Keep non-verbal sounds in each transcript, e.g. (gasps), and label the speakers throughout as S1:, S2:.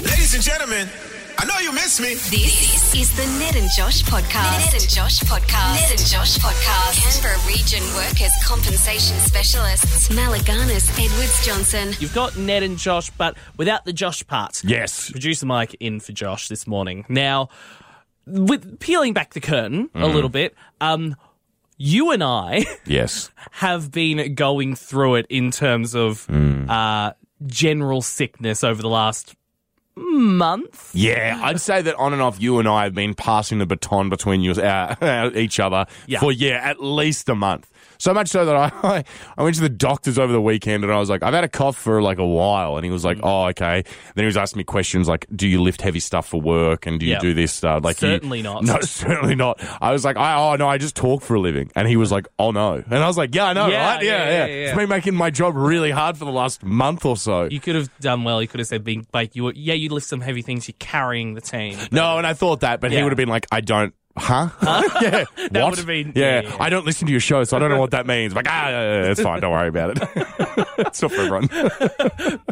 S1: Ladies and gentlemen, I know you miss me.
S2: This is the Ned and Josh podcast. Ned and Josh podcast. Ned and Josh podcast. Canberra Region Workers Compensation Specialists. Malaganas Edwards Johnson.
S3: You've got Ned and Josh, but without the Josh part.
S4: Yes.
S3: Producer Mike in for Josh this morning. Now, with peeling back the curtain
S4: Mm-hmm.
S3: a little bit, um, you and I (laughs)
S4: Yes.
S3: have been going through it in terms of
S4: Mm.
S3: uh, general sickness over the last month.
S4: Yeah, I'd say that on and off, you and I have been passing the baton between you, uh, each other
S3: Yeah.
S4: for yeah at least a month. So much so that I, (laughs) I went to the doctors over the weekend and I was like, I've had a cough for like a while, and he was
S3: Mm.
S4: like, Oh, okay. Then he was asking me questions like, Do you lift heavy stuff for work and do you
S3: Yeah.
S4: do this stuff? Like, you-
S3: Certainly not.
S4: (laughs) No, certainly not. I was like, I, Oh no, I just talk for a living, and he was like, Oh no, and I was like, Yeah, I know,
S3: Yeah,
S4: right? Yeah yeah,
S3: yeah, yeah, yeah.
S4: It's been making my job really hard for the last month or so.
S3: You could have done well. You could have said, being, like, you were, yeah, you lift some heavy things. You're carrying the team.
S4: (laughs) No, and I thought that, but he
S3: Yeah.
S4: would have been like, I don't. Huh? (laughs) yeah.
S3: That
S4: what?
S3: would have been-
S4: Yeah.
S3: yeah.
S4: I don't listen to your show, so I don't know what that means. Like, ah, yeah, yeah, yeah, it's fine. Don't worry about it. (laughs) it's not for everyone.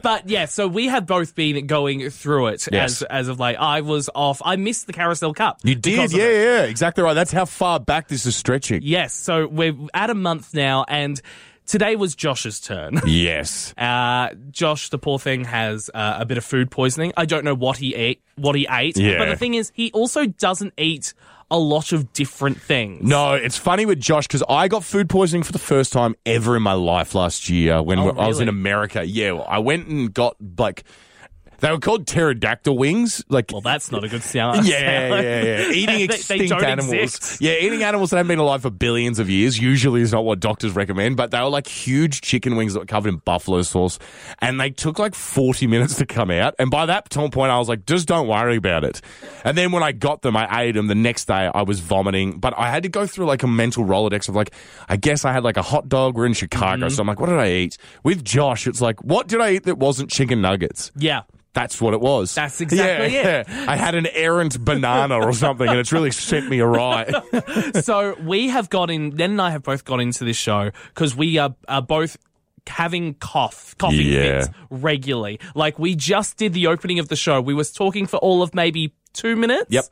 S3: But yeah, so we have both been going through it as
S4: Yes.
S3: as of late. I was off. I missed the Carousel Cup.
S4: You
S3: because of
S4: did. Yeah,
S3: it.
S4: yeah. Exactly right. That's how far back this is stretching.
S3: Yes. So we're at a month now, and today was Josh's
S4: (laughs)
S3: turn.
S4: Yes.
S3: Uh, Josh, the poor thing, has uh, a bit of food poisoning. I don't know what he ate. What he ate.
S4: Yeah.
S3: But the thing is, he also doesn't eat a lot of different things.
S4: No, it's funny with Josh because I got food poisoning for the first time ever in my life last year when
S3: Oh,
S4: I was in
S3: really?
S4: America. Yeah, well, I went and got like they were called pterodactyl wings. Like,
S3: Well, that's not a good sound.
S4: (laughs) Yeah,
S3: (laughs)
S4: yeah, yeah. Eating
S3: They- they
S4: extinct
S3: don't
S4: animals.
S3: exist.
S4: Yeah, eating animals that have been alive for billions of years usually is not what doctors recommend, but they were like huge chicken wings that were covered in buffalo sauce. And they took like 40 minutes to come out. And by that time point, I was like, just don't worry about it. And then when I got them, I ate them. The next day, I was vomiting, but I had to go through like a mental Rolodex of like, I guess I had like a hot dog. We're in Chicago. So I'm like, what did I eat? With Josh, it's like, what did I eat that wasn't chicken nuggets?
S3: Yeah.
S4: That's what it was.
S3: That's exactly
S4: yeah, it. (laughs) I had an errant banana or something, and it's really sent
S3: (laughs)
S4: me awry.
S3: so we have got in. Nen and I have both got into this show because we are, are both having cough coughing
S4: Yeah.
S3: fits regularly. Like we just did the opening of the show. We was talking for all of maybe two minutes.
S4: Yep.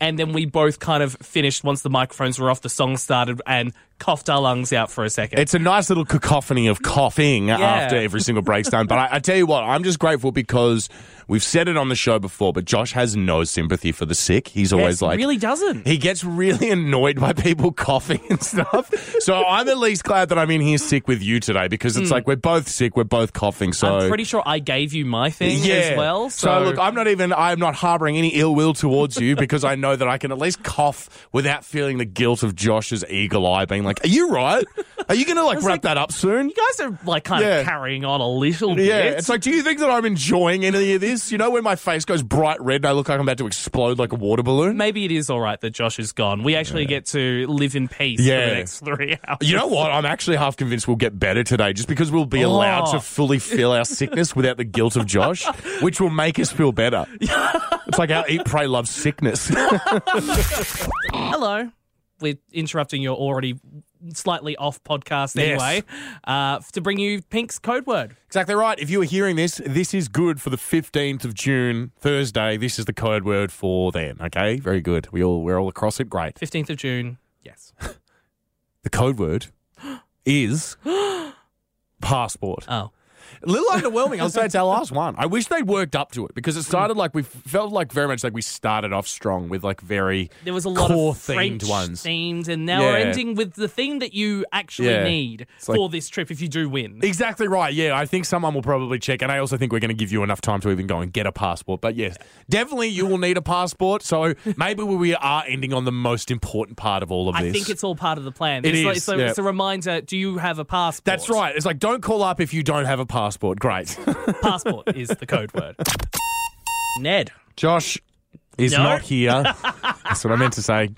S3: And then we both kind of finished once the microphones were off. The song started and coughed our lungs out for a second.
S4: It's a nice little cacophony of coughing after every single breakdown. But I, I tell you what, I'm just grateful because we've said it on the show before, but Josh has no sympathy for the sick. He's always
S3: Yes,
S4: like,
S3: really doesn't.
S4: He gets really annoyed by people (laughs) coughing and stuff. so I'm at least glad that I'm in here sick with you today because it's like we're both sick, we're both coughing. So
S3: Hmm. I'm pretty sure I gave you my thing as well. So,
S4: look, I'm not even I'm not harboring any ill will towards you (laughs) because I know that I can at least cough without feeling the guilt of Josh's eagle eye being like, "Are you right? Are you going to like wrap
S3: like-
S4: that up soon?"
S3: you guys are like kind
S4: Yeah.
S3: of carrying on a little bit.
S4: Yeah, it's like, do you think that I'm enjoying any of this? You know, when my face goes bright red and I look like I'm about to explode like a water balloon.
S3: maybe it is all right that Josh is gone. We actually get to live in peace for
S4: Yeah.
S3: the next three hours.
S4: You know what? I'm actually half convinced we'll get better today just because we'll be allowed
S3: Oh.
S4: to fully
S3: (laughs)
S4: feel our sickness without the guilt of Josh, which will make us
S3: (laughs)
S4: feel better. It's like our eat, pray, love sickness.
S3: Hello. We're interrupting your already slightly off podcast
S4: Yes.
S3: anyway uh, to bring you Pink's code word.
S4: Exactly right. If you are hearing this, this is good for the 15th of June, Thursday. This is the code word for then, okay? Very good. We all we're all across it. Great.
S3: 15th of June. Yes.
S4: The
S3: (gasps)
S4: code word is passport.
S3: Oh.
S4: A little underwhelming. I'll say it's our last one. I wish they'd worked up to it because it started like we felt like very much like we started off strong with like very
S3: There was a lot
S4: core
S3: of French
S4: themed ones.
S3: themed, and now we're
S4: Yeah.
S3: ending with the thing that you actually
S4: Yeah.
S3: need
S4: like-
S3: for this trip if you do win.
S4: Exactly right. Yeah, I think someone will probably check, and I also think we're going to give you enough time to even go and get a passport. But yes, definitely you will need a passport. So maybe we are ending on the most important part of all of this.
S3: I think it's all part of the plan.
S4: It
S3: it's, like-
S4: is,
S3: so
S4: yeah.
S3: it's a reminder do you have a passport?
S4: That's right. It's like don't call up if you don't have a passport. Great.
S3: Passport is the code word. Ned.
S4: (laughs) Josh is
S3: No. (laughs)
S4: not here. That's what I meant to say.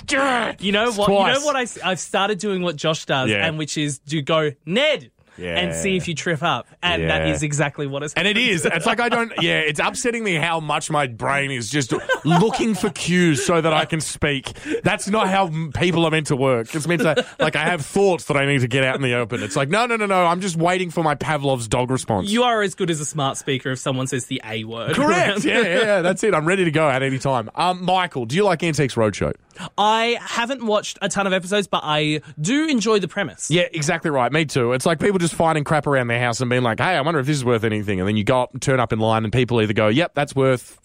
S3: You know what? You
S4: Twice.
S3: know what? I, have started doing what Josh does,
S4: Yeah.
S3: and which is to go Ned. and see if you trip up. And that
S4: Yeah.
S3: is exactly what it's
S4: And it is. It's like I don't. Yeah, it's upsetting me how much my brain is just looking for cues so that I can speak. That's not how m- people are meant to work. It's meant to like I have thoughts that I need to get out in the open. It's like no, no, no, no. I'm just waiting for my Pavlov's dog
S3: (laughs)
S4: response.
S3: You are as good as a smart speaker if someone says the A word. (laughs)
S4: Correct. Yeah, yeah, yeah. That's it. I'm ready to go at any time. Um, Michael, do you like Antiques Roadshow?
S3: I haven't watched a ton of episodes, but I do enjoy the premise.
S4: Yeah, exactly right. Me too. It's like people just finding crap around their house and being like, "Hey, I wonder if this is worth anything." And then you go up and turn up in line, and people either go, "Yep, that's worth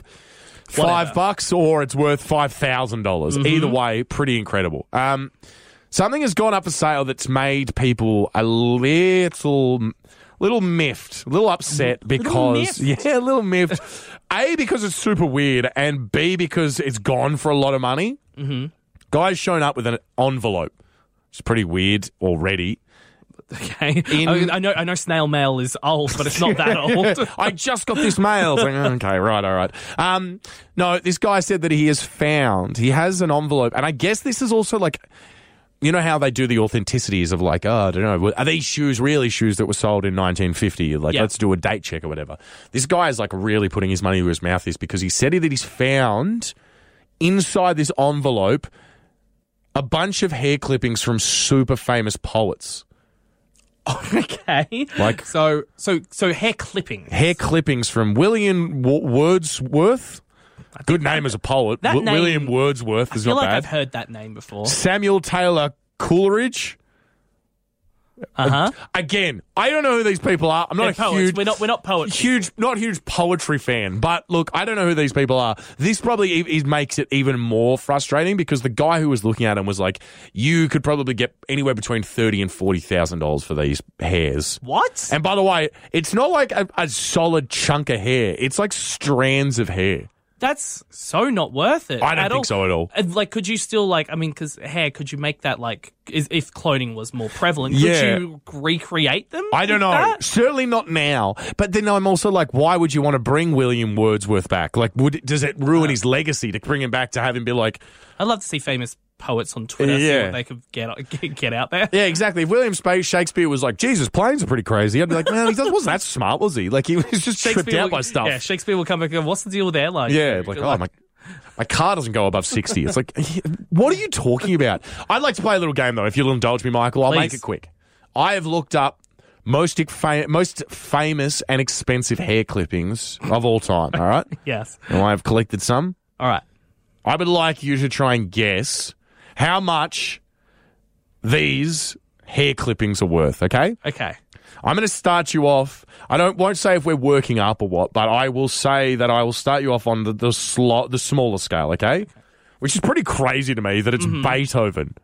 S3: Whatever. Mm-hmm.
S4: five bucks," or "It's worth five dollars." Either way, pretty incredible. Um, something has gone up for sale that's made people a little, little miffed, a little upset because
S3: miffed.
S4: (laughs) yeah, a little miffed. a because it's super weird, and B because it's gone for a lot of money
S3: Mm-hmm.
S4: guy's shown up with an envelope. It's pretty weird already.
S3: Okay.
S4: In-
S3: (laughs) I, I know I know snail mail is old, but it's not
S4: (laughs)
S3: that old. (laughs)
S4: I just got this mail. It's like, okay, right, all right. Um, no, this guy said that he has found, he has an envelope. And I guess this is also like, you know how they do the authenticities of like, oh, I don't know, are these shoes really shoes that were sold in 1950? Like,
S3: Yeah.
S4: let's do a date check or whatever. This guy is like really putting his money where his mouth is because he said that he's found inside this envelope a bunch of hair clippings from super famous poets.
S3: okay.
S4: Like-
S3: so so so hair clipping.
S4: hair clippings from William w- Wordsworth. Good name as a poet.
S3: That
S4: W-
S3: name-
S4: William Wordsworth
S3: I
S4: is
S3: feel
S4: not
S3: like
S4: bad.
S3: I've heard that name before.
S4: Samuel Taylor Coleridge.
S3: Uh huh.
S4: Again, I don't know who these people are. I'm (laughs) not
S3: They're
S4: a
S3: poets.
S4: huge,
S3: We're not- we're not poets.
S4: Huge, not a huge poetry fan. But look, I don't know who these people are. This probably e- is- makes it even more frustrating because the guy who was looking at him was like, "You could probably get anywhere between thirty and forty thousand dollars for these hairs."
S3: What?
S4: And by the way, it's not like a, a solid chunk of hair. It's like strands of hair.
S3: That's so not worth it.
S4: I don't think so at all.
S3: And like, could you still like? I mean, because hair, could you make that like? Is, if cloning was more prevalent,
S4: Yeah.
S3: could you recreate them?
S4: I don't
S3: with
S4: know.
S3: that?
S4: Certainly not now. But then I'm also like, why would you want to bring William Wordsworth back? Like, would it, does it ruin his legacy to bring him back to have him be like,
S3: I'd love to see famous poets on Twitter. See
S4: Yeah.
S3: what they could get (laughs) get, get out there.
S4: yeah, exactly. If William Space Shakespeare was like, Jesus, planes are pretty crazy, I'd be like, man, he doesn't- wasn't that smart, was he? Like, he was just tripped out
S3: will-
S4: by stuff.
S3: Yeah,
S4: Yeah,
S3: Shakespeare will come back. and go, What's the deal with airlines?
S4: like, oh my. My car doesn't go above 60. It's like, what are you talking about? I'd like to play a little game, though, if you'll indulge me, Michael. I'll make
S3: Please.
S4: it quick. I have looked up most, fa- most famous and expensive hair clippings of all time, all right?
S3: Yes.
S4: and I have collected some.
S3: All right.
S4: I would like you to try and guess how much these hair clippings are worth, okay?
S3: Okay.
S4: I'm going to start you off. I don't won't say if we're working up or what, but I will say that I will start you off on the the, slo- the smaller scale, okay? Which is pretty crazy to me that it's
S3: Mm-hmm.
S4: Beethoven.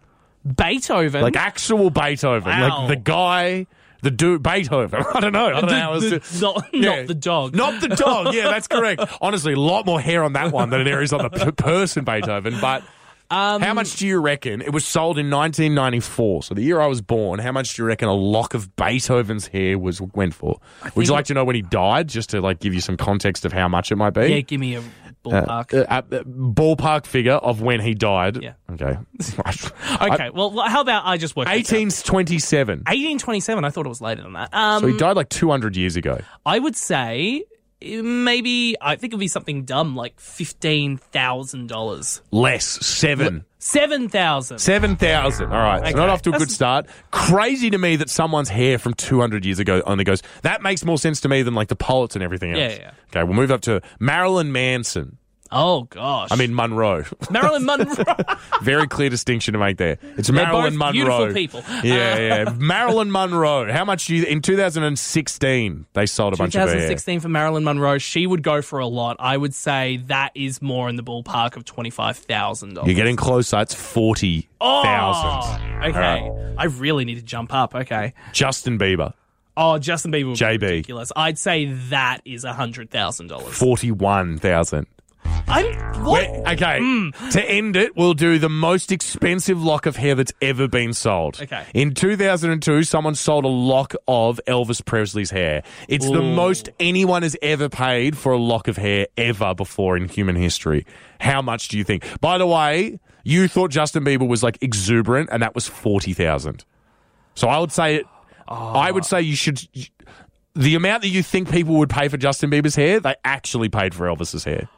S3: Beethoven. (laughs)
S4: Like actual Beethoven,
S3: Wow.
S4: like the guy the dude Beethoven. (laughs) I don't know. I don't know how else
S3: The-
S4: to-
S3: the- (laughs) not,
S4: Yeah.
S3: not the dog.
S4: Not the dog. Yeah,
S3: (laughs)
S4: that's correct. Honestly, a lot more hair on that one than there is on the p- person Beethoven. But
S3: Um,
S4: how much do you reckon it was sold in 1994? So the year I was born, how much do you reckon a lock of Beethoven's hair was went for? Would you like to know when he died, just to like give you some context of how much it might be?
S3: yeah, give me a ballpark.
S4: Uh, uh, ballpark figure of when he died.
S3: Yeah. (laughs)
S4: Okay.
S3: okay. well, well, how about I just work? this out?
S4: 1827.
S3: 1827. I thought it was later than that. Um,
S4: So he died like 200 years ago.
S3: I would say eh, maybe I think it'd be something dumb like fifteen thousand dollars,
S4: Less seven.
S3: seven thousand.
S4: Seven thousand. All right, so not
S3: Okay.
S4: off to a good start. Crazy to me that someone's hair from two hundred years ago only goes. That makes more sense to me than like the poets and everything else.
S3: Yeah, yeah,
S4: Okay, we'll move up to Marilyn Manson.
S3: oh gosh.
S4: I mean Monroe. (laughs)
S3: Marilyn Monroe.
S4: Very clear distinction to make there. It's
S3: They're
S4: Marilyn
S3: both
S4: Monroe.
S3: beautiful people.
S4: Yeah, yeah. Marilyn Monroe. How much do you in 2016 they sold a bunch of her hair?
S3: 2016 for Marilyn Monroe. She would go for a lot. I would say that is more in the ballpark of twenty five thousand
S4: You're
S3: dollars. Oh,
S4: getting closer. It's forty thousand.
S3: Okay. I really need to jump up. Okay.
S4: Justin Bieber,
S3: Oh, Justin Bieber. would be
S4: JB.
S3: Ridiculous. I'd say that is hundred thousand dollars.
S4: forty-one thousand.
S3: I'm what? Hmm.
S4: Wait, okay. To end it, we'll do the most expensive lock of hair that's ever been sold.
S3: Okay.
S4: In 2002, someone sold a lock of Elvis Presley's hair. It's the
S3: Ooh.
S4: most anyone has ever paid for a lock of hair ever before in human history. How much do you think? By the way, you thought Justin Bieber was like exuberant, and that was 40,000. So I would say it. I would say you should. The amount that you think people would pay for Justin Bieber's hair, they actually paid for Elvis's hair.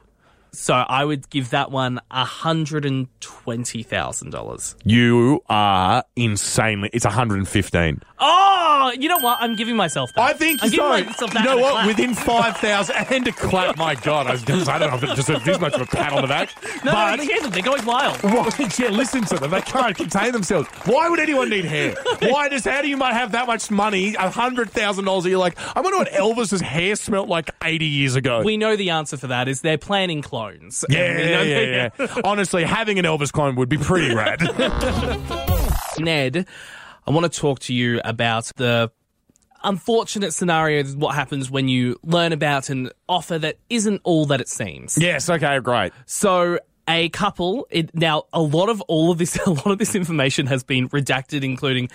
S3: So I would give that one hundred and twenty thousand dollars.
S4: You are insanely. It's 115.
S3: Oh, you know what? I'm giving myself that.
S4: I think
S3: I'm
S4: so.
S3: giving myself that.
S4: you know
S3: and a
S4: what?
S3: clap.
S4: Within 5,000 and a clap. My God, I, was gonna say, I don't know if it deserves this much of a pat on the back.
S3: no, no,
S4: but
S3: no,
S4: (laughs)
S3: hear them. They're going wild.
S4: What? Yeah, listen to them. They can't contain themselves. Why would anyone need hair? Why does how do you might have that much money, hundred thousand dollars? You're like, I wonder what Elvis's hair smelt like eighty years ago.
S3: We know the answer for that is they're planning clones.
S4: yeah,
S3: And we know
S4: yeah,
S3: they-
S4: yeah,
S3: (laughs)
S4: yeah. Honestly, having an Elvis clone would be pretty rad.
S3: Ned, I want to talk to you about the unfortunate scenario that what happens when you learn about an offer that isn't all that it seems.
S4: yes. Okay. Great.
S3: So a couple it, now a lot of all of this (laughs) a lot of this information has been redacted including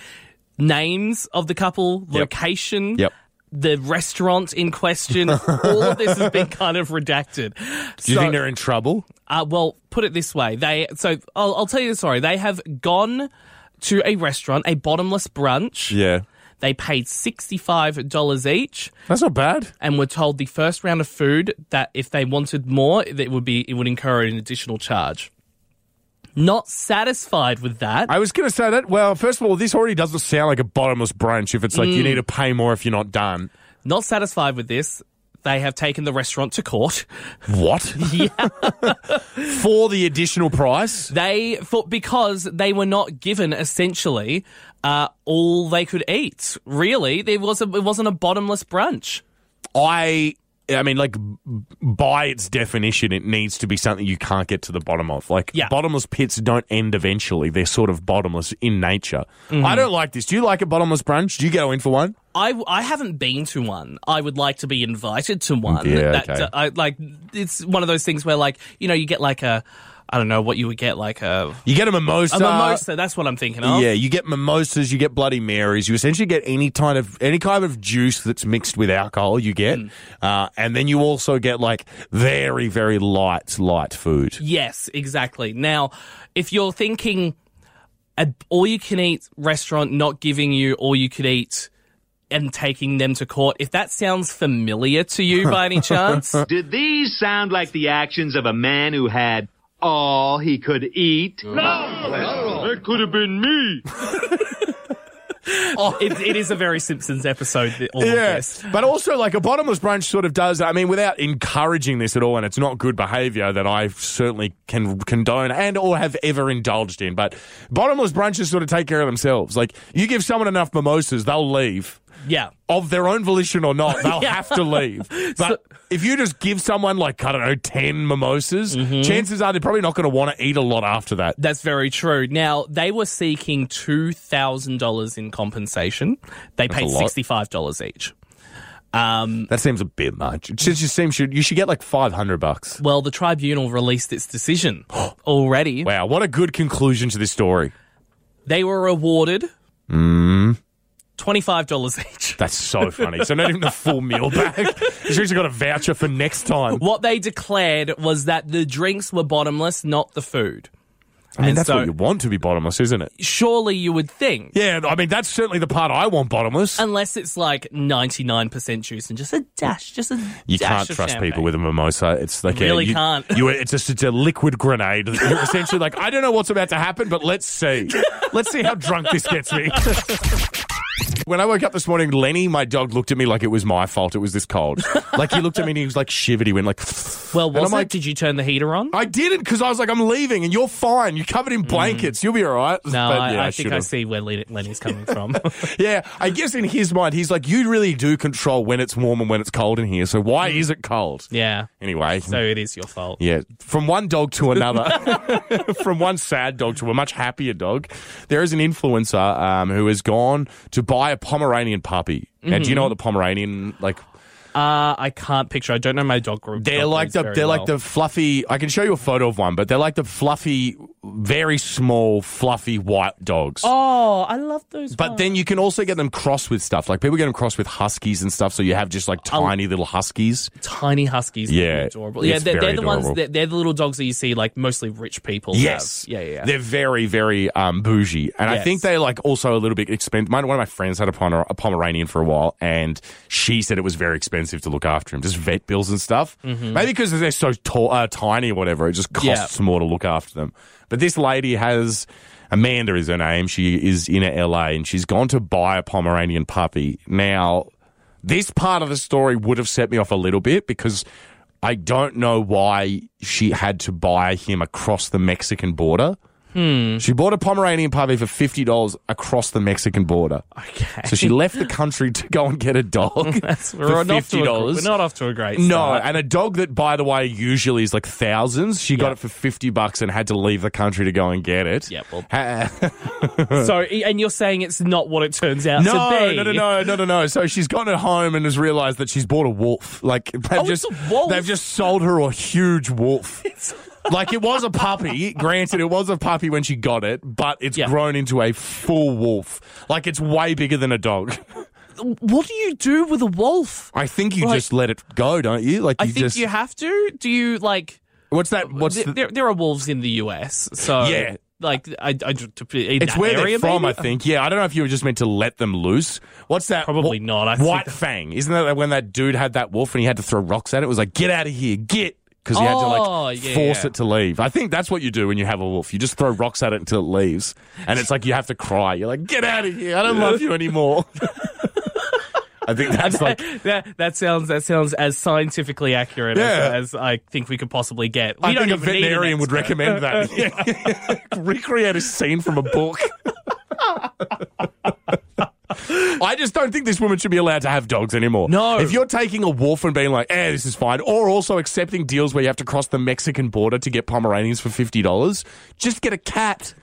S3: names of the couple, location,
S4: Yep.
S3: the restaurant in
S4: (laughs)
S3: question. all of this has been kind of redacted.
S4: Do you
S3: So-
S4: think they're in trouble?
S3: uh, well, put it this way. They so I'll, I'll tell you the story. They have gone to a restaurant, a bottomless brunch.
S4: Yeah.
S3: They paid sixty five dollars each,
S4: That's not bad.
S3: and were told the first round of food that if they wanted more, it would be it would incur an additional charge. Not satisfied with that,
S4: I was going to say that. Well, first of all, this already doesn't sound like a bottomless brunch. If it's like
S3: Mm.
S4: you need to pay more if you're not done.
S3: not satisfied with this, they have taken the restaurant to court. (laughs)
S4: What? Yeah. (laughs) For the additional price.
S3: They for, because they were not given essentially uh, all they could eat. Really, there was a, it wasn't a bottomless brunch.
S4: I I mean, like b- by its definition, it needs to be something you can't get to the bottom of. Like
S3: Yeah.
S4: bottomless pits don't end eventually; they're sort of bottomless in nature.
S3: Mm-hmm.
S4: I don't like this. Do you like a bottomless brunch? Do you go in for one?
S3: I, I haven't been to one. I would like to be invited to one. uh,
S4: Yeah, okay.
S3: I, like it's one of those things where like you know you get like a I don't know what you would get like a,
S4: You get a mimosa.
S3: a mimosa. That's what I'm thinking of.
S4: uh, Yeah, you get mimosas, you get Bloody Marys, you essentially get any kind of any kind of juice that's mixed with alcohol. You get, uh, and then you also get like very very light light food.
S3: Yes, exactly. Now, if you're thinking an all you can eat restaurant not giving you all you could eat and taking them to court, if that sounds familiar to you by
S4: (laughs)
S3: any chance,
S5: Did these sound like the actions of a man who had all he could eat?
S6: That could have been me.
S3: oh, it, it is a very Simpsons episode. th- All of this.
S4: Yes, but also like a bottomless brunch sort of does. I mean, without encouraging this at all, and it's not good behaviour that I certainly can condone and or have ever indulged in. But bottomless brunches sort of take care of themselves. Like you give someone enough mimosas, they'll leave.
S3: Yeah.
S4: Of their own volition or not, (laughs) they'll
S3: Yeah.
S4: have to leave. But if you just give someone like I don't know ten mimosas, chances are they're probably not going to want to eat a lot after that.
S3: That's very true. Now they were seeking two thousand dollars in compensation. They paid
S4: a lot.
S3: sixty five dollars each. Um,
S4: That seems a bit much. It just seems you should get like five hundred bucks.
S3: Well, the tribunal released its decision (gasps) already.
S4: Wow, what a good conclusion to this story.
S3: They were awarded
S4: Mm.
S3: twenty five dollars each.
S4: That's so funny. So not even the (laughs) full meal back. She's actually got a voucher for next time.
S3: What they declared was that the drinks were bottomless, not the food.
S4: I mean,
S3: And
S4: that's
S3: so-
S4: what you want to be bottomless, isn't it?
S3: Surely you would think.
S4: Yeah, I mean, that's certainly the part I want bottomless.
S3: Unless it's like ninety nine percent juice and just a dash, just a
S4: You
S3: dash
S4: can't
S3: of
S4: trust
S3: champagne.
S4: people with a mimosa. It's like a-
S3: really
S4: you-
S3: can't.
S4: You, it's just it's a
S3: (laughs)
S4: liquid grenade. You're essentially like, I don't know what's about to happen, but let's see. Let's see how drunk this gets me. (laughs) When I woke up this morning, Lenny, my dog, looked at me like it was my fault. It was this cold. Like he looked at me and he was like shivered. He went like,
S3: Well,
S4: I'm
S3: was it?
S4: like-
S3: Did you turn the heater on?
S4: I didn't because I was like, I'm leaving, and you're fine. You're covered in blankets. You'll be all right.
S3: Mm. no,
S4: But,
S3: I,
S4: yeah,
S3: I think I
S4: should've.
S3: see where Len- Lenny's
S4: (laughs)
S3: coming from.
S4: Yeah, I guess in his mind, he's like, you really do control when it's warm and when it's cold in here. So why is it cold?
S3: Mm. yeah.
S4: Anyway,
S3: So it is your fault.
S4: yeah, from one dog to another,
S3: (laughs)
S4: (laughs) from one sad dog to a much happier dog, there is an influencer um, who has gone to buy a Pomeranian puppy. Now, do you know
S3: Mm-hmm.
S4: what the Pomeranian like?
S3: Uh, I can't picture. I don't know my dog group.
S4: They're
S3: dog
S4: like
S3: breeds
S4: the
S3: very
S4: they're like
S3: well.
S4: the fluffy. I can show you a photo of one, but they're like the fluffy very small, fluffy white dogs.
S3: Oh, I love those.
S4: But then you can also get them crossed with stuff. Like people get them crossed with huskies and stuff. So you have just like tiny little huskies.
S3: tiny huskies. that are
S4: Yeah,
S3: adorable. Yeah,
S4: it's
S3: they're, they're
S4: very
S3: the ones.
S4: adorable.
S3: They're, they're the little dogs that you see, like mostly rich people. have.
S4: Yes.
S3: Yeah, yeah. yeah.
S4: They're very, very um, bougie. And I
S3: Yes.
S4: think they're like also a little bit expensive. One of my friends had a, Pomer- a Pomeranian for a while and she said it was very expensive to look after him, just vet bills and stuff. Maybe because they're so tall, uh, tiny or whatever, it just
S3: Mm-hmm. Yeah.
S4: costs more to look after them. But this lady has. Amanda is her name. She is in LA and she's gone to buy a Pomeranian puppy. Now, this part of the story would have set me off a little bit because I don't know why she had to buy him across the Mexican border.
S3: Hmm.
S4: She bought a Pomeranian puppy for fifty dollars across the Mexican border.
S3: Okay.
S4: So she left the country to go and get
S3: (laughs)
S4: a dog
S3: We're
S4: for
S3: not off to
S4: fifty
S3: a-
S4: dollars.
S3: We're not off to a great.
S4: No,
S3: start.
S4: and a dog that, by the way, usually is like thousands. She got
S3: Yeah.
S4: it for fifty bucks and had to leave the country to go and get it.
S3: Yeah, well-
S4: Ha-
S3: so and you're saying it's not what it turns out
S4: no,
S3: to be.
S4: no, no, no, no, no, no. So she's gone at home and has realised that she's bought a wolf. Like they've
S3: Oh, it's
S4: just
S3: a wolf.
S4: they've just sold her a
S3: (laughs)
S4: huge wolf. (laughs) like it was a puppy. Granted, it was a puppy when she got it, but it's
S3: Yeah.
S4: grown into a full wolf. Like it's way bigger than a dog.
S3: What do you do with a wolf?
S4: I think you
S3: Like-
S4: just let it go, don't you? Like you
S3: I think
S4: just
S3: you have to. Do you like?
S4: what's that? What's
S3: th-
S4: the,
S3: there, there are wolves in the US, so
S4: Yeah.
S3: like I, I just- to be- in
S4: it's
S3: that
S4: where
S3: area,
S4: they're from,
S3: maybe?
S4: I think. Yeah, I don't know if you were just meant to let them loose. What's that?
S3: Probably not, I think-
S4: White Fang. Isn't that when that dude had that wolf and he had to throw rocks at it? It was like, get out of here, get. Because he had to
S3: Oh,
S4: like
S3: yeah,
S4: force
S3: yeah.
S4: it to leave. I think that's what you do when you have a wolf. You just throw rocks at it until it leaves. And it's like you have to cry. You're like, get out of here. I don't love you anymore. (laughs) I think that's like.
S3: (laughs) that that sounds that sounds as scientifically accurate
S4: Yeah.
S3: as, as I think we could possibly get. We
S4: I
S3: don't
S4: think a
S3: even need an
S4: veterinarian would
S3: expert. (laughs) Uh,
S4: recommend that. Yeah. (laughs) Recreate a scene from
S3: (laughs)
S4: a book. I just don't think this woman should be allowed to have dogs anymore.
S3: No.
S4: If you're taking a wolf and being like, eh, this is fine, or also accepting deals where you have to cross the Mexican border to get Pomeranians for $50, just get a cat.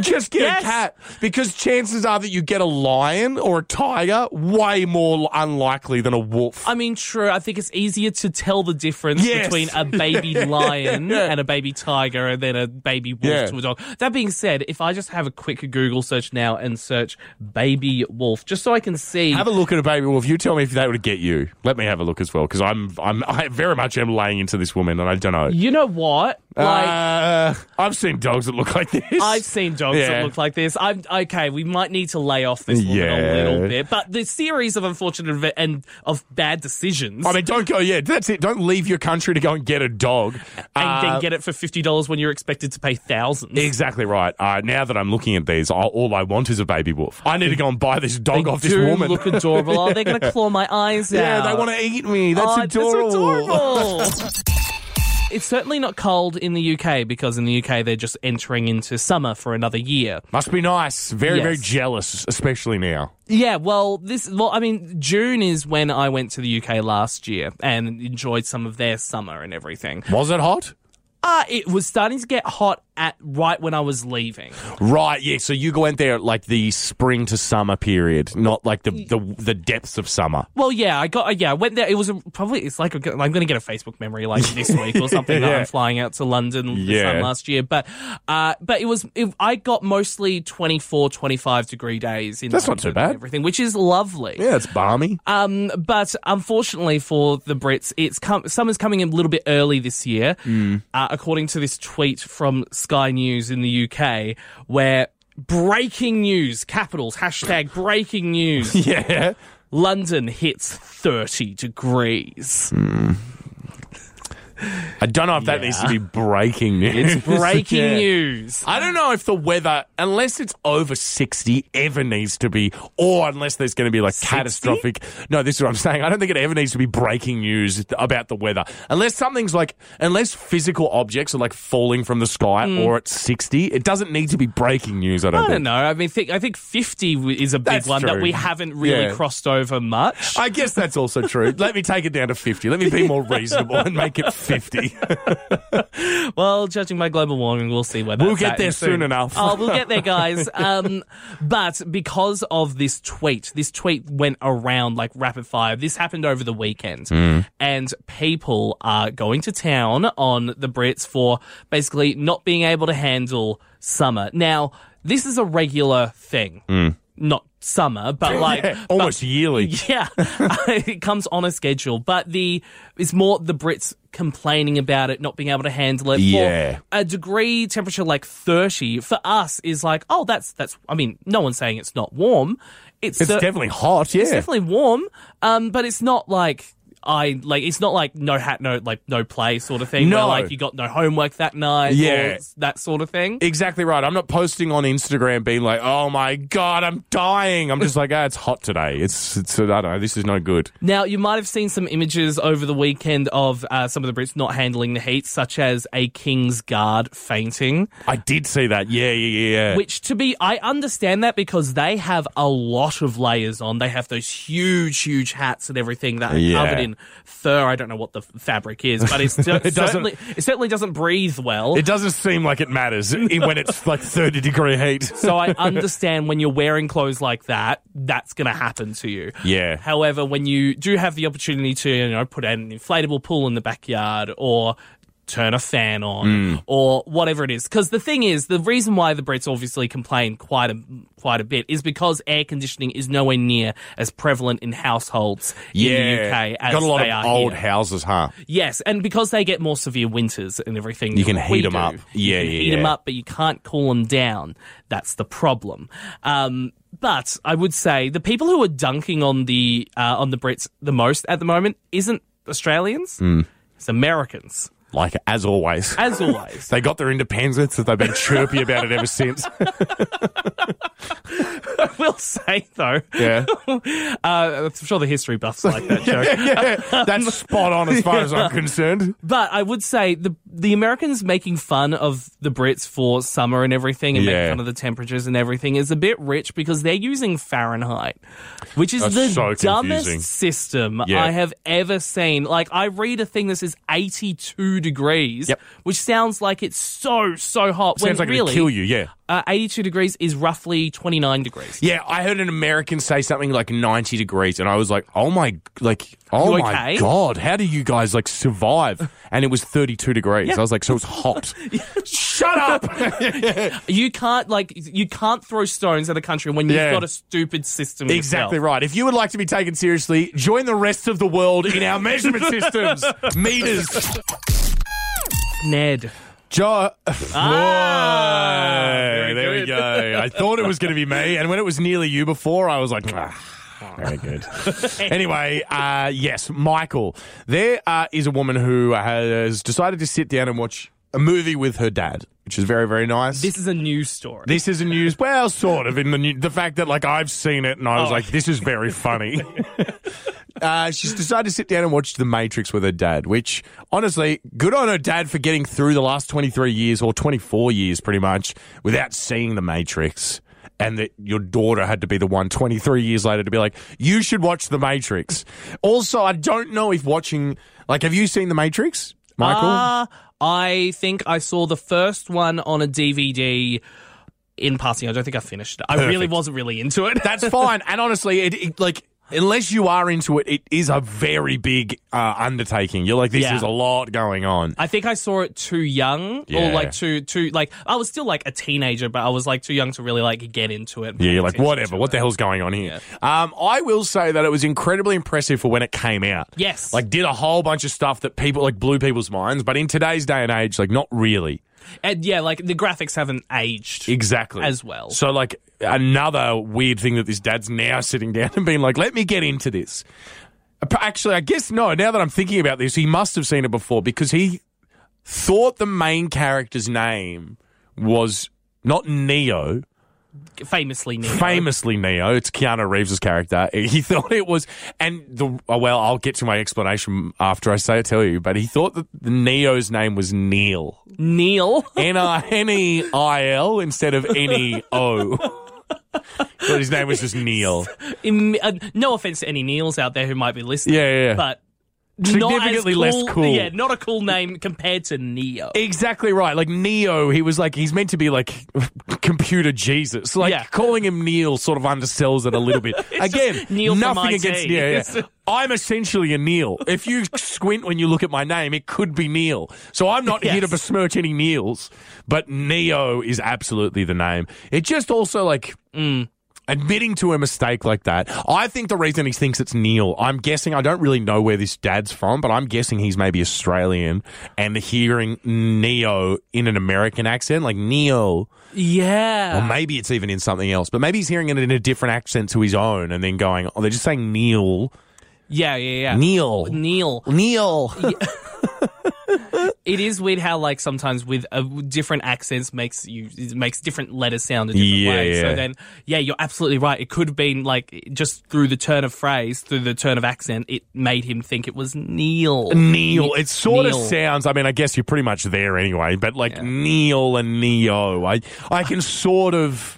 S4: Just get
S3: Yes.
S4: a cat. Because chances are that you get a lion or a tiger way more unlikely than a wolf.
S3: I mean, true. I think it's easier to tell the difference
S4: Yes.
S3: between
S4: (laughs)
S3: a baby lion and a baby tiger and then a baby wolf
S4: Yeah.
S3: to a dog. That being said, if I just have a quick Google search now and search baby wolf, just so I can see.
S4: Have a look at a baby wolf. You tell me if that would get you. Let me have a look as well, because I'm, I'm, I very much am laying into this woman, and I don't know.
S3: you know what? Like,
S4: uh, I've seen dogs that look like this.
S3: I've seen dogs that
S4: Yeah.
S3: look like this. I'm okay. We might need to lay off this woman a
S4: Yeah.
S3: little bit, but the series of unfortunate event and of bad decisions,
S4: I mean, don't go. Yeah, that's it. Don't leave your country to go and get a dog.
S3: and
S4: Uh,
S3: then get it for fifty dollars when you're expected to pay thousands.
S4: Exactly right. Uh, now that I'm looking at these, I, all I want is a baby wolf. I need to go and buy this
S3: They
S4: dog off this
S3: do
S4: woman. (laughs)
S3: look adorable. Oh, they're gonna claw my eyes
S4: yeah,
S3: out.
S4: they want to eat me. That's
S3: Oh,
S4: adorable.
S3: That's adorable. it's certainly not cold in the UK because in the UK they're just entering into summer for another year.
S4: Must be nice. Very, very
S3: Yes.
S4: jealous, especially now.
S3: Yeah, well, this well, I mean, June is when I went to the UK last year and enjoyed some of their summer and everything.
S4: Was it hot?
S3: Uh, it was starting to get hot at right when I was leaving.
S4: Right, yeah. So you went there at like the spring to summer period, not like the the, the depths of summer.
S3: Well, yeah, I got uh, yeah, I went there. It was a, probably it's like a, I'm going to get a Facebook memory like this
S4: (laughs)
S3: week or something. that
S4: Yeah.
S3: I'm flying out to London this
S4: Yeah.
S3: time last year, but uh, but it was it, I got mostly 24, 25 degree days in
S4: That's not too
S3: London and
S4: bad.
S3: Everything, which is lovely.
S4: Yeah, it's balmy.
S3: Um, but unfortunately for the Brits, it's come, summer's coming in a little bit early this year,
S4: Mm.
S3: uh, according to this tweet from Sky News in the UK, where breaking news, capitals, hashtag breaking news,
S4: yeah.
S3: London hits 30
S4: (laughs)
S3: degrees.
S4: I don't know if that needs to be breaking news.
S3: It's breaking
S4: (laughs) Yeah.
S3: news.
S4: I don't know if the weather, unless it's over 60, ever needs to be, or unless there's going to be like catastrophic. No, this is what I'm saying. I don't think it ever needs to be breaking news about the weather. Unless something's like, unless physical objects are like falling from the sky or at 60, it doesn't need to be breaking news, I don't
S3: Mm. I
S4: think.
S3: don't know. I mean, think, I think 50 w- is a big
S4: That's
S3: one that
S4: true.
S3: we haven't really
S4: Yeah.
S3: crossed over much.
S4: (laughs) I guess that's also true. Let me take it down to 50. Let me be more reasonable and make it 50. already.
S3: Well, judging by global warming, (laughs) we'll see where
S4: We'll
S3: that's
S4: get
S3: at
S4: there soon enough. (laughs)
S3: Oh, we'll get there, guys. Um, but because of this tweet, this tweet went around like rapid fire. This happened over the weekend, and people are going to town on the Brits for basically not being able to handle summer. Now, this is a regular thing, not summer, but like
S4: Almost yearly.
S3: (laughs) yeah, it comes on a schedule, but the it's more the Brits complaining about it, not being able to handle it.
S4: Yeah.
S3: For a degree temperature like thirty for us is like, oh, that's that's. I mean, no one's saying it's not warm. It's,
S4: It's
S3: cer-
S4: definitely hot, yeah.
S3: it's definitely warm, um, but it's not like. I like it's not like no hat, no like no play sort of thing. where,
S4: No.
S3: like you got no homework that night. or
S4: Yeah.
S3: that sort of thing.
S4: Exactly right. I'm not posting on Instagram being like, "Oh my god, I'm dying." I'm just like, "Ah, it's hot today. It's it's I don't know. This is no good."
S3: Now, you might have seen some images over the weekend of uh, some of the Brits not handling the heat, such as a King's Guard fainting.
S4: I did see that. Yeah, yeah, yeah.
S3: Which, to be, I understand that because they have a lot of layers on. They have those huge, huge hats and everything that are
S4: Yeah.
S3: covered in fur. I don't know what the f- fabric is, but
S4: (laughs)
S3: it's, it
S4: doesn't-
S3: certainly it certainly doesn't breathe well.
S4: it doesn't seem like it matters (laughs) i- when it's like 30 degree heat.
S3: so I understand when you're wearing clothes like that, that's going to happen to you.
S4: Yeah.
S3: However, when you do have the opportunity to, you know, put an inflatable pool in the backyard or turn a fan on
S4: Mm.
S3: or whatever it is because the thing is the reason why the Brits obviously complain quite a quite a bit is because air conditioning is nowhere near as prevalent in households in the UK as
S4: got a lot
S3: they
S4: of
S3: are
S4: old
S3: here.
S4: houses, huh?
S3: Yes, and because they get more severe winters and everything,
S4: You can
S3: than
S4: heat
S3: we
S4: 'em
S3: do.
S4: up.
S3: You
S4: Yeah,
S3: can
S4: yeah,
S3: heat them
S4: yeah.
S3: up, but you can't cool them down. That's the problem. Um, but I would say the people who are dunking on the uh, on the Brits the most at the moment isn't Australians.
S4: Hmm.
S3: It's Americans,
S4: Like as always.
S3: as
S4: (laughs)
S3: always.
S4: They got their independence that they've been chirpy about it ever since.
S3: I will say though,
S4: (laughs) Yeah.
S3: uh, I'm sure the history buffs like that joke.
S4: (laughs) yeah. That's spot on as far as I'm concerned.
S3: But I would say the the Americans making fun of the Brits for summer and everything and making
S4: Yeah.
S3: fun of the temperatures and everything is a bit rich because they're using Fahrenheit, which is
S4: That's
S3: the
S4: so
S3: dumbest
S4: confusing.
S3: system
S4: Yeah.
S3: I have ever seen. Like I read a thing that says 82 degrees,
S4: Yep.
S3: which sounds like it's so so hot
S4: Sounds
S3: when
S4: like
S3: really
S4: it'd kill you, yeah.
S3: Uh, 82 degrees is roughly 29 degrees.
S4: Yeah, I heard an American say something like 90 degrees, and I was like, oh my, like, oh
S3: You
S4: my
S3: okay?
S4: God, how do you guys, like, survive? And it was 32 degrees. I was like, so it's (laughs) hot. Shut up!
S3: You can't like you can't throw stones at a country when you've
S4: Yeah.
S3: got a stupid system.
S4: (laughs) exactly
S3: yourself.
S4: right. If you would like to be taken seriously, join the rest of the world in our measurement (laughs) systems, meters.
S3: Ned.
S4: (laughs) Jo-
S3: Ah,
S4: Whoa,
S3: very
S4: there we
S3: good.
S4: go. I thought it was going to be me, and when it was nearly you before, I was like, ah,
S3: (laughs)
S4: very good. anyway, uh, yes, Michael. There uh, is a woman who has decided to sit down and watch a movie with her dad, which is very, very nice.
S3: This is a news story.
S4: This is a news, well, sort of in the new, the fact that like I've seen it and I was
S3: Oh.
S4: like, this is (laughs) very funny. uh, she's decided to sit down and watch The Matrix with her dad, which honestly, good on her dad for getting through the last twenty three years or twenty four years pretty much without seeing The Matrix. And that your daughter had to be the one 23 years later to be like, you should watch The Matrix. Also, I don't know if watching, like, have you seen The Matrix, Michael?
S3: Uh, I think I saw the first one on a DVD in passing. I don't think I finished it. I really
S4: Perfect.
S3: wasn't really into it.
S4: That's fine. And honestly, it, it like unless you are into it, it is a very big uh, undertaking. You're like, this
S3: Yeah.
S4: is a lot going on.
S3: I think I saw it too young, or
S4: Yeah.
S3: like too too like I was still like a teenager, but I was like too young to really like get into it.
S4: Yeah, you're like,
S3: Attention
S4: whatever.
S3: to it.
S4: What the hell's going on here? Um, I will say that it was incredibly impressive for when it came out.
S3: Yes.
S4: like did a whole bunch of stuff that people like blew people's minds. But in today's day and age, like not really.
S3: And yeah, like the graphics haven't aged.
S4: Exactly.
S3: As well.
S4: So, like, another weird thing that this dad's now sitting down and being like, let me get into this. Ap- Actually, I guess no. Now that I'm thinking about this, he must have seen it before because he thought the main character's name was not Neo,
S3: Famously, Neo.
S4: famously Neo. It's Keanu Reeves' character. (laughs) He thought it was, and the oh, well, I'll get to my explanation after I say it. Tell you, but he thought that the Neo's name was Neil.
S3: Neil. (laughs)
S4: N I N E I L instead of N E O. But his name was just Neil.
S3: Im- uh, no offense to any Neils out there who might be listening.
S4: Yeah, yeah, yeah.
S3: But
S4: Significantly
S3: not as
S4: less cool.
S3: Yeah, not a cool name compared to Neo.
S4: Exactly right. Like Neo, he was like he's meant to be like computer Jesus. Like
S3: Yeah.
S4: calling him Neil sort of undersells it a
S3: (laughs)
S4: little bit. Again,
S3: just Neil from
S4: nothing
S3: IT.
S4: against Neil. Yeah.
S3: It's-
S4: I'm essentially a Neil.
S3: (laughs)
S4: If you squint when you look at my name, it could be Neil. So I'm not here to
S3: Yes.
S4: besmirch any Neils, but Neo is absolutely the name. It just also like
S3: Mm.
S4: admitting to a mistake like that. I think the reason he thinks it's Neil, I'm guessing, I don't really know where this dad's from, but I'm guessing he's maybe Australian and hearing Neo in an American accent, like Neil, or
S3: Yeah.
S4: maybe it's even in something else, but maybe he's hearing it in a different accent to his own and then going, oh, they're just saying Neil.
S3: yeah, yeah, yeah.
S4: Neil.
S3: Neil.
S4: Neil.
S3: It is weird how like sometimes with uh, different accents makes you it makes different letters sound a different
S4: Yeah,
S3: way.
S4: yeah.
S3: So then, yeah, you're absolutely right. It could have been like just through the turn of phrase, through the turn of accent, it made him think it was Neil.
S4: Neil. It sort
S3: Neil.
S4: of sounds. I mean, I guess you're pretty much there anyway. But like Neil and Neo, I I can sort of,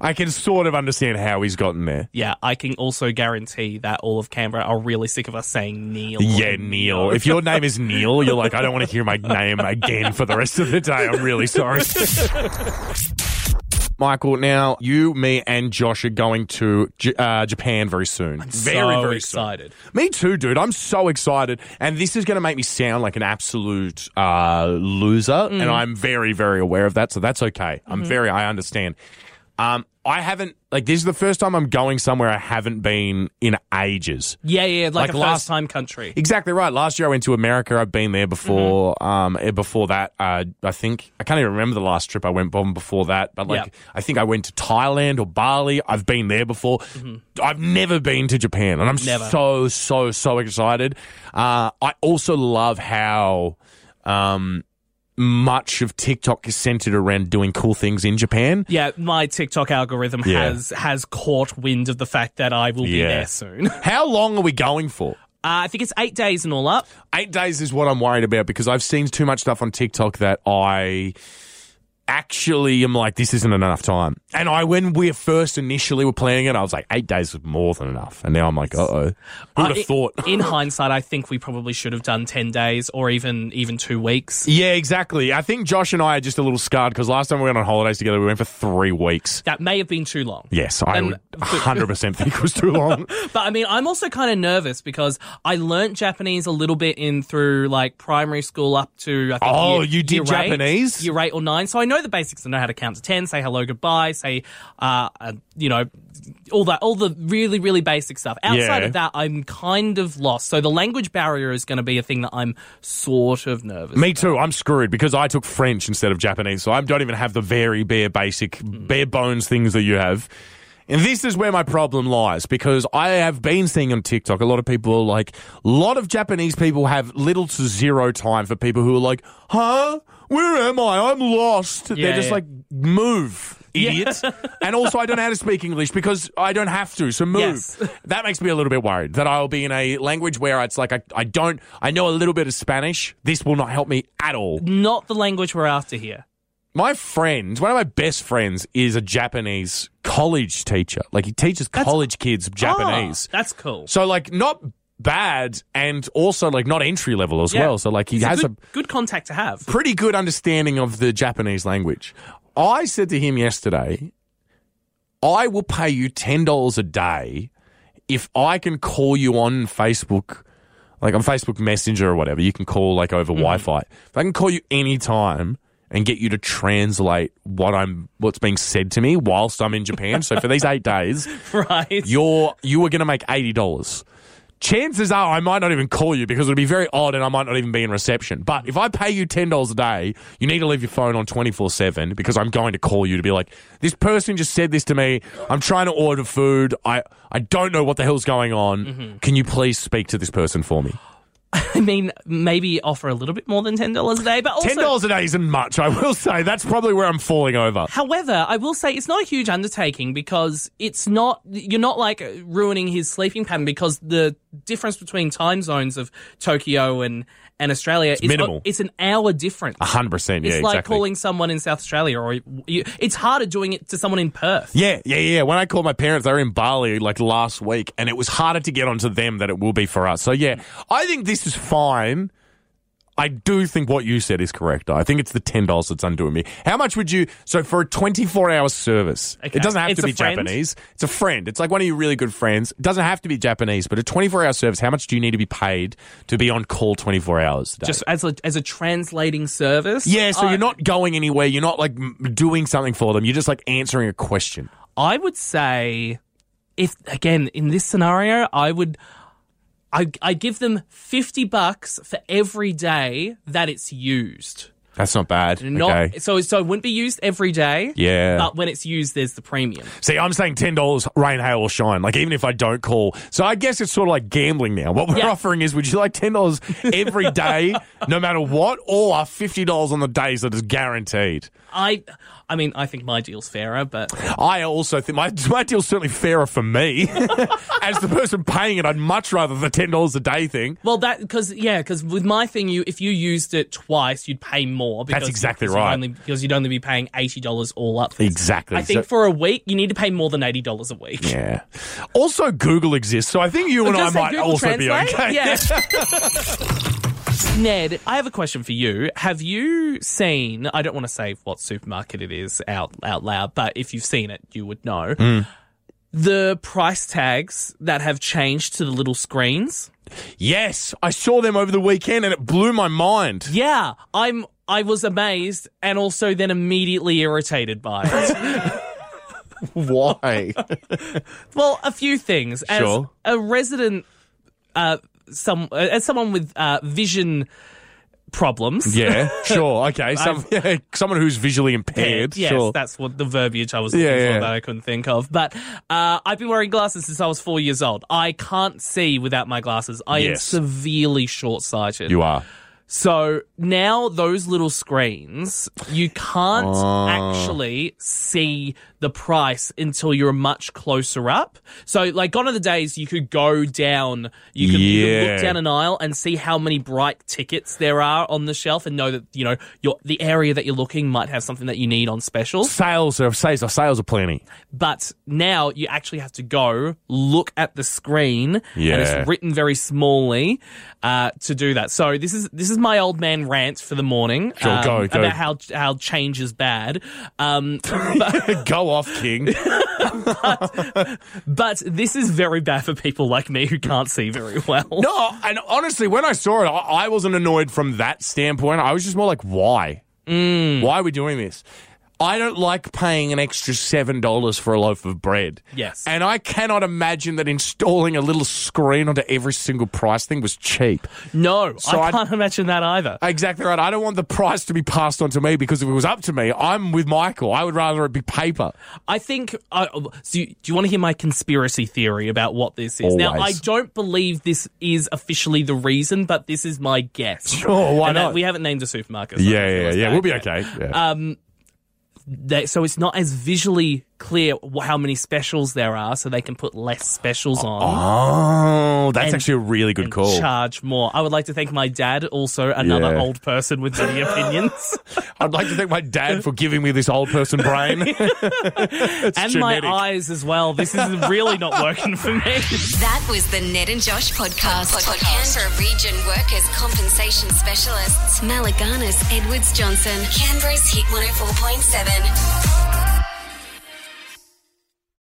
S4: I can sort of understand how he's gotten there.
S3: Yeah, I can also guarantee that all of Canberra are really sick of us saying Neil.
S4: Yeah, Neil. If your name is Neil, you're like, I don't want to hear my name again for the rest of the day. I'm really sorry. (laughs) Michael, now you, me, and Josh are going to J- uh, Japan very soon. very,
S3: so
S4: very soon.
S3: excited.
S4: Me too, dude. I'm so excited. And this is going to make me sound like an absolute uh, loser. And I'm very, very aware of that. So that's okay. I'm very, I understand. Um, I haven't, like, this is the first time I'm going somewhere I haven't been in ages.
S3: Yeah, yeah, like,
S4: Like
S3: a
S4: last-
S3: first time country.
S4: Exactly right. Last year I went to America. I've been there before.
S3: Mm-hmm.
S4: Um, eh, before that, uh, I think I can't even remember the last trip I went on before that. But like,
S3: Yeah.
S4: I think I went to Thailand or Bali. I've been there before. I've never been to Japan, and I'm
S3: Mm-hmm. Never.
S4: so so so excited. Uh, I also love how. Um, much of TikTok is centered around doing cool things in Japan.
S3: Yeah, my TikTok algorithm
S4: Yeah.
S3: has has caught wind of the fact that I will
S4: Yeah.
S3: be there soon. (laughs) Uh,
S4: How long are we going for?
S3: I think it's eight days and all up.
S4: Eight days is what I'm worried about because I've seen too much stuff on TikTok that I actually am like, this isn't enough time. And I, when we first initially were planning it, I was like, eight days is more than enough. And now I'm like, uh oh, who would
S3: Uh, i-
S4: have thought?
S3: (laughs) in hindsight, I think we probably should have done ten days or even even two weeks.
S4: (laughs) Yeah, exactly. I think Josh and I are just a little scarred because last time we went on holidays together, we went for three weeks.
S3: That may have been too long.
S4: Yes, I
S3: Um,
S4: would 100% think it was too long.
S3: But I mean, I'm also kind of nervous because I learnt Japanese a little bit in through like primary school up to. I think,
S4: Oh,
S3: year-
S4: you did
S3: year eight-
S4: Japanese?
S3: year eight or nine. So I know the basics. I know how to count to ten, say hello, goodbye, say, uh, uh you know, all that, all the really, really basic stuff. Outside
S4: Yeah.
S3: of that, I'm kind of lost. So the language barrier is going to be a thing that I'm sort of nervous.
S4: Me too. I'm screwed because I took French instead of Japanese, so I don't even have the very bare basic,
S3: Mm.
S4: bare bones things that you have. And this is where my problem lies because I have been seeing on TikTok a lot of people are like, a lot of Japanese people have little to zero time for people who are like, huh? Where am I? I'm lost. They're
S3: Yeah,
S4: just
S3: yeah.
S4: like, move, idiot. and also, I don't know how to speak English because I don't have to, so move.
S3: Yes. (laughs)
S4: That makes me a little bit worried that I'll be in a language where it's like I, I don't I know a little bit of Spanish. This will not help me at all.
S3: Not the language we're after here.
S4: My friend, one of my best friends, is a Japanese college teacher. Like he teaches college kids Japanese.
S3: Ah, that's cool.
S4: So like not bad and also like not entry level as
S3: Yeah.
S4: well. So like he
S3: It's
S4: has
S3: a good,
S4: a
S3: good contact to have. (laughs)
S4: pretty good understanding of the Japanese language. I said to him yesterday, I will pay you $10 a day if I can call you on Facebook, like on Facebook Messenger or whatever. You can call like over Wi Fi. If I can call you anytime and get you to translate what I'm what's being said to me whilst I'm in Japan. so for these eight days,
S3: Right.
S4: you're you were going to make eighty dollars. Chances are I might not even call you because it'd be very odd, and I might not even be in reception. But if I pay you ten dollars a day, you need to leave your phone on twenty four seven because I'm going to call you to be like, this person just said this to me. I'm trying to order food. I I don't know what the hell's going on.
S3: Mm-hmm.
S4: Can you please speak to this person for me?
S3: I mean, maybe offer a little bit more than ten dollars a day, but also.
S4: Ten dollars a day isn't much. I will say that's probably where I'm falling over.
S3: However, I will say it's not a huge undertaking because it's not you're not like ruining his sleeping pattern because the difference between time zones of Tokyo and and Australia is
S4: minimal.
S3: It's an hour difference.
S4: hundred percent. Yeah,
S3: it's like
S4: exactly.
S3: calling someone in South Australia, or you, it's harder doing it to someone in Perth.
S4: Yeah, yeah, yeah. When I called my parents, they were in Bali like last week, and it was harder to get onto them than it will be for us. So yeah, I think this this is fine. I do think what you said is correct. though. I think it's the ten dollars that's undoing me. How much would you? So for a twenty-four hour service,
S3: Okay.
S4: it doesn't have
S3: It's
S4: to
S3: a
S4: be
S3: friend.
S4: Japanese. It's a friend. It's like one of your really good friends. It doesn't have to be Japanese, but a twenty-four hour service. How much do you need to be paid to be on call twenty-four hours? A day?
S3: Just uh, as a, as a translating service. Oh,
S4: yeah. So
S3: I-
S4: you're not going anywhere. You're not like m- doing something for them. You're just like answering a question.
S3: I would say, if again in this scenario, I would, I I give them fifty bucks for every day that it's used.
S4: That's not bad.
S3: Not
S4: okay.
S3: so so it wouldn't be used every day.
S4: Yeah.
S3: but when it's used, there's the premium.
S4: See, I'm saying ten dollars, rain, hail, or shine. Like even if I don't call, so I guess it's sort of like gambling now. What we're
S3: Yeah.
S4: offering is, would you like ten dollars every day, no matter what, or fifty dollars on the days that is guaranteed?
S3: I, I mean, I think my deal's fairer, but
S4: I also think my my deal's certainly fairer for me (laughs) as the person paying it. I'd much rather the ten dollars a day thing.
S3: well, that because yeah, because with my thing, you if you used it twice, you'd pay more. Because,
S4: exactly
S3: because you'd
S4: right.
S3: Only, because you'd only be paying eighty dollars all up.
S4: Exactly.
S3: I think
S4: So-
S3: for a week, you need to pay more than eighty dollars a week.
S4: yeah. Also, Google exists, so I think you and I
S3: Just say
S4: might
S3: Google
S4: also be
S3: Translate?
S4: okay. (laughs)
S3: Yeah. Ned, I have a question for you. Have you seen? I don't want to say what supermarket it is out out loud, but if you've seen it, you would know
S4: Hmm.
S3: the price tags that have changed to the little screens.
S4: Yes, I saw them over the weekend, and it blew my mind.
S3: Yeah, I'm. I was amazed and also then immediately irritated by
S4: (laughs)
S3: it.
S4: Why? (laughs)
S3: well, a few things. As
S4: Sure.
S3: a resident, uh, some uh, as someone with uh, vision problems,
S4: (laughs) Yeah, sure. Okay. (laughs) Some, someone who's visually impaired.
S3: Yes,
S4: sure.
S3: that's what the verbiage I was looking
S4: Yeah,
S3: for
S4: yeah.
S3: that I couldn't think of. But uh, I've been wearing glasses since I was four years old. I can't see without my glasses. I am
S4: Yes.
S3: severely short sighted.
S4: you are.
S3: So now those little screens, you can't actually see the price until you're much closer up. So like gone are the days you could go down, you could, you could
S4: Yeah.
S3: look down an aisle and see how many bright tickets there are on the shelf and know that, you know, your, the area that you're looking might have something that you need on special.
S4: Sales are sales are sales are plenty.
S3: But now you actually have to go look at the screen, and
S4: Yeah.
S3: it's written very smallly uh, to do that. So this is this is my old man rant for the morning um,
S4: Sure, go, go.
S3: about how how change is bad. Um, but,
S4: Go off, King.
S3: (laughs) but this is very bad for people like me who can't see very well.
S4: no, and honestly, when I saw it, I, I wasn't annoyed from that standpoint. I was just more like, why?
S3: Mm.
S4: Why are we doing this? I don't like paying an extra seven dollars for a loaf of bread.
S3: Yes.
S4: and I cannot imagine that installing a little screen onto every single price thing was cheap.
S3: No,
S4: So
S3: I
S4: I-
S3: can't imagine that either.
S4: Exactly right. I don't want the price to be passed on to me because if it was up to me, I'm with Michael. I would rather it be paper.
S3: I think. Uh, so you, do you want to hear my conspiracy theory about what this is? Now, I
S4: Always.
S3: don't believe this is officially the reason, but this is my guess.
S4: (laughs) Sure, why
S3: And that-
S4: not?
S3: we haven't named a supermarket. so
S4: Yeah,
S3: I don't
S4: yeah,
S3: feel
S4: yeah.
S3: bad.
S4: We'll be okay. Yeah.
S3: Um, They- so it's not as visually clear wh- how many specials there are, so they can put less specials on.
S4: oh, that's
S3: and-
S4: actually a really good
S3: and
S4: call.
S3: Charge more. I would like to thank my dad, also another
S4: Yeah.
S3: old person with
S4: (laughs)
S3: many opinions,
S4: I'd like to thank my dad for giving me this old person
S3: (laughs)
S4: brain.
S3: and
S4: genetic.
S3: my eyes as well. This is really not working for
S4: (laughs)
S3: me.
S2: That was the Ned and Josh podcast. for Canberra Region Workers Compensation oh Specialists. Malaganas Edwards Johnson. Canberra's Hit 104.7.